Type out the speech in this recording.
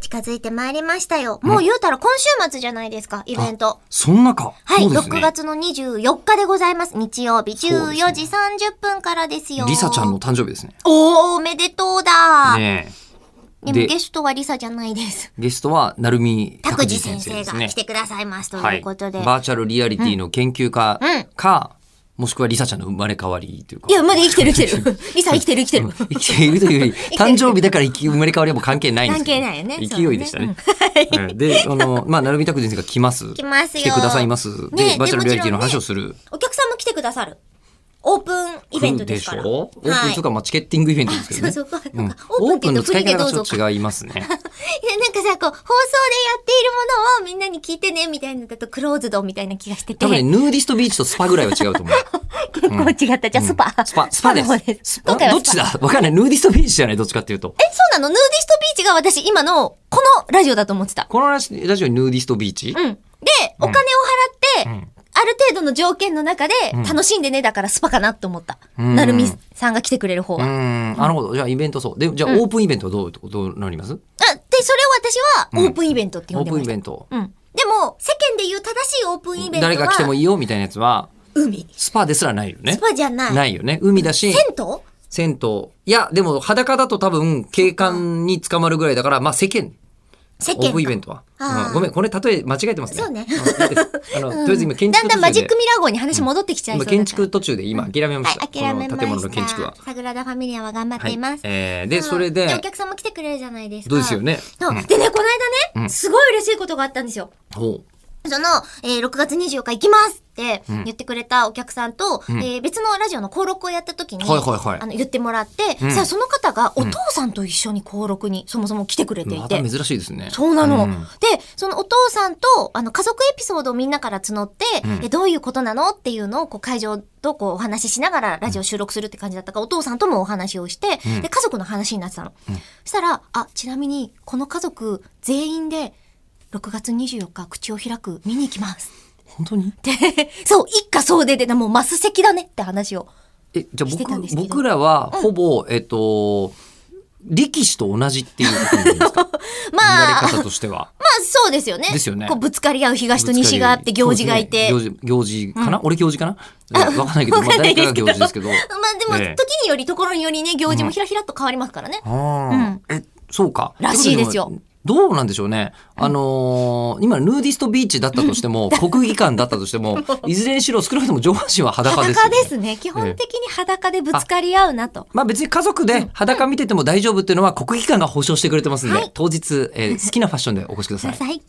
近づいてまいりましたよ。もう言うたら今週末じゃないですか、イベント。そんなか。はい、そうですね6。月の24日でございます。日曜日そうですね14時30分からですよ。リサちゃんの。誕生日ですね。おー、おめでとうだ、ねえ。でもで、ゲストはリサじゃないです。ゲストは、なるみ拓拓司司先先生生ですがね来。てくださいますとはいい。うバことで。ーチャルリアリティの研究家うんか、もしくはリサちゃんの生まれ変わりというか。いや、まだ生きてる生きてる。リサ生きてる生きてる。生きているという より、誕生日だから生き生まれ変わりはもう関係ないんですけど関係ないよね勢いでしたね。はいで、あの、まあ、なるみたく先生が来ます。来ますよ来てくださいます。ねで、バーチャルリアリティの話をもする。お客さんも来てくださる。オープンイベントですから。来るでしょオープンはというか、まあ、チケッティングイベントですけどね。そうそうそううんオオーーププンンのの振使りいで方どうがぞちょっと違いますね。いや、なんかさ、こう、放送でやっているものをみんなに聞いてね、みたいなのだとクローズドみたいな気がしてて。多分ね、ヌーディストビーチとスパぐらいは違うと思う。 結構違った。じゃあ、スパ。スパ、スパですの方。スパ今回はどスっパちだわかんない。ヌーディストビーチじゃないどっちかっていうと。え、そうなのヌーディストビーチが私、今の、このラジオだと思ってた。このラジラジオにヌーディストビーチうん。で、お金を払って、ある程度の条件の中で、楽しんでね、だからスパかなと思った。んなるみさんが来てくれる方うは。あ、ん。なるほど。じゃあイベントそう。で、じゃあオープンイベントはどういうとこ、どうなりますで、それを私は、オープンイベントって呼オんでーまプしンイた。ベント。うん。でも、世間で言う正しいオープンイベントは、誰が来てもいいよみたいなやつは、海。スパですらないよねス。パじゃない。ないよね。海だし銭、湯銭湯。いや、でも裸だと多分警官に捕まるぐらいだから、まあ世間。世オープ間ンイベかントは。あーうんごめん、これ例え間違えてますね。そうねんいいですあの、とりあえず今建だ築ん途中で。だんマジックミラー号に話戻ってきちゃいそう今だから建築途中で今諦めまはしいた。諦めましたこの建物の建築は。サグラダ・ファミリアは頑張っています、えーうで、んそれで、お客さんも来てくれるじゃないですかどうですよね。そううでんねこの間ね、うんすごい嬉しいことがあったんですよほその、えー6月24日行きますって言ってくれたお客さんと、んえー別のラジオの登録をやった時に、はいはいはいあの言ってもらって、うんさあその方がお父さんと一緒に登録にそもそも来てくれうていまて、た珍しいですね。そうなの。んで、そのお父さんと、あの、家族エピソードをみんなから募って、うんえどういうことなのっていうのを、こう、会場とこう、お話ししながらラジオ収録するって感じだったから、お父さんともお話をして、うんで、家族の話になってたの。そしたら、あ、ちなみに、この家族全員で、6月24日、口を開く、見に行きます。本当にで、 そう、一家総出で、もうマス席だねって話を。え、じゃあしてたんで僕、すけど僕らは、ほぼ、えっと、力士と同じっていうことになりますか まあ、見らまれあ、方としては。そうですよね。ですよねこう、ぶつかり合う東と西があって、行事がいて。そうですね行事、行事かな、俺行事かなわ、うん、わかんないけど、 わまかあんない誰ですかがけど行事ですけど。 まあでも、ええ時により、ところによりね、行事もひらひらっと変わりますからね。ああ、え、そうか。らしいですよとうことは。どうなんでしょうね。あのー今、ヌーディストビーチだったとして も、国技館だったとしても、いずれにしろ少なくとも上半身は裸ですよ裸ね、ですね。基本的に裸でぶつかり合うなと。まあ別に家族で裸見てても大丈夫っていうのは国技館が保証してくれてますんで、はい当日、えー好きなファッションでお越しくだくさだい。さい。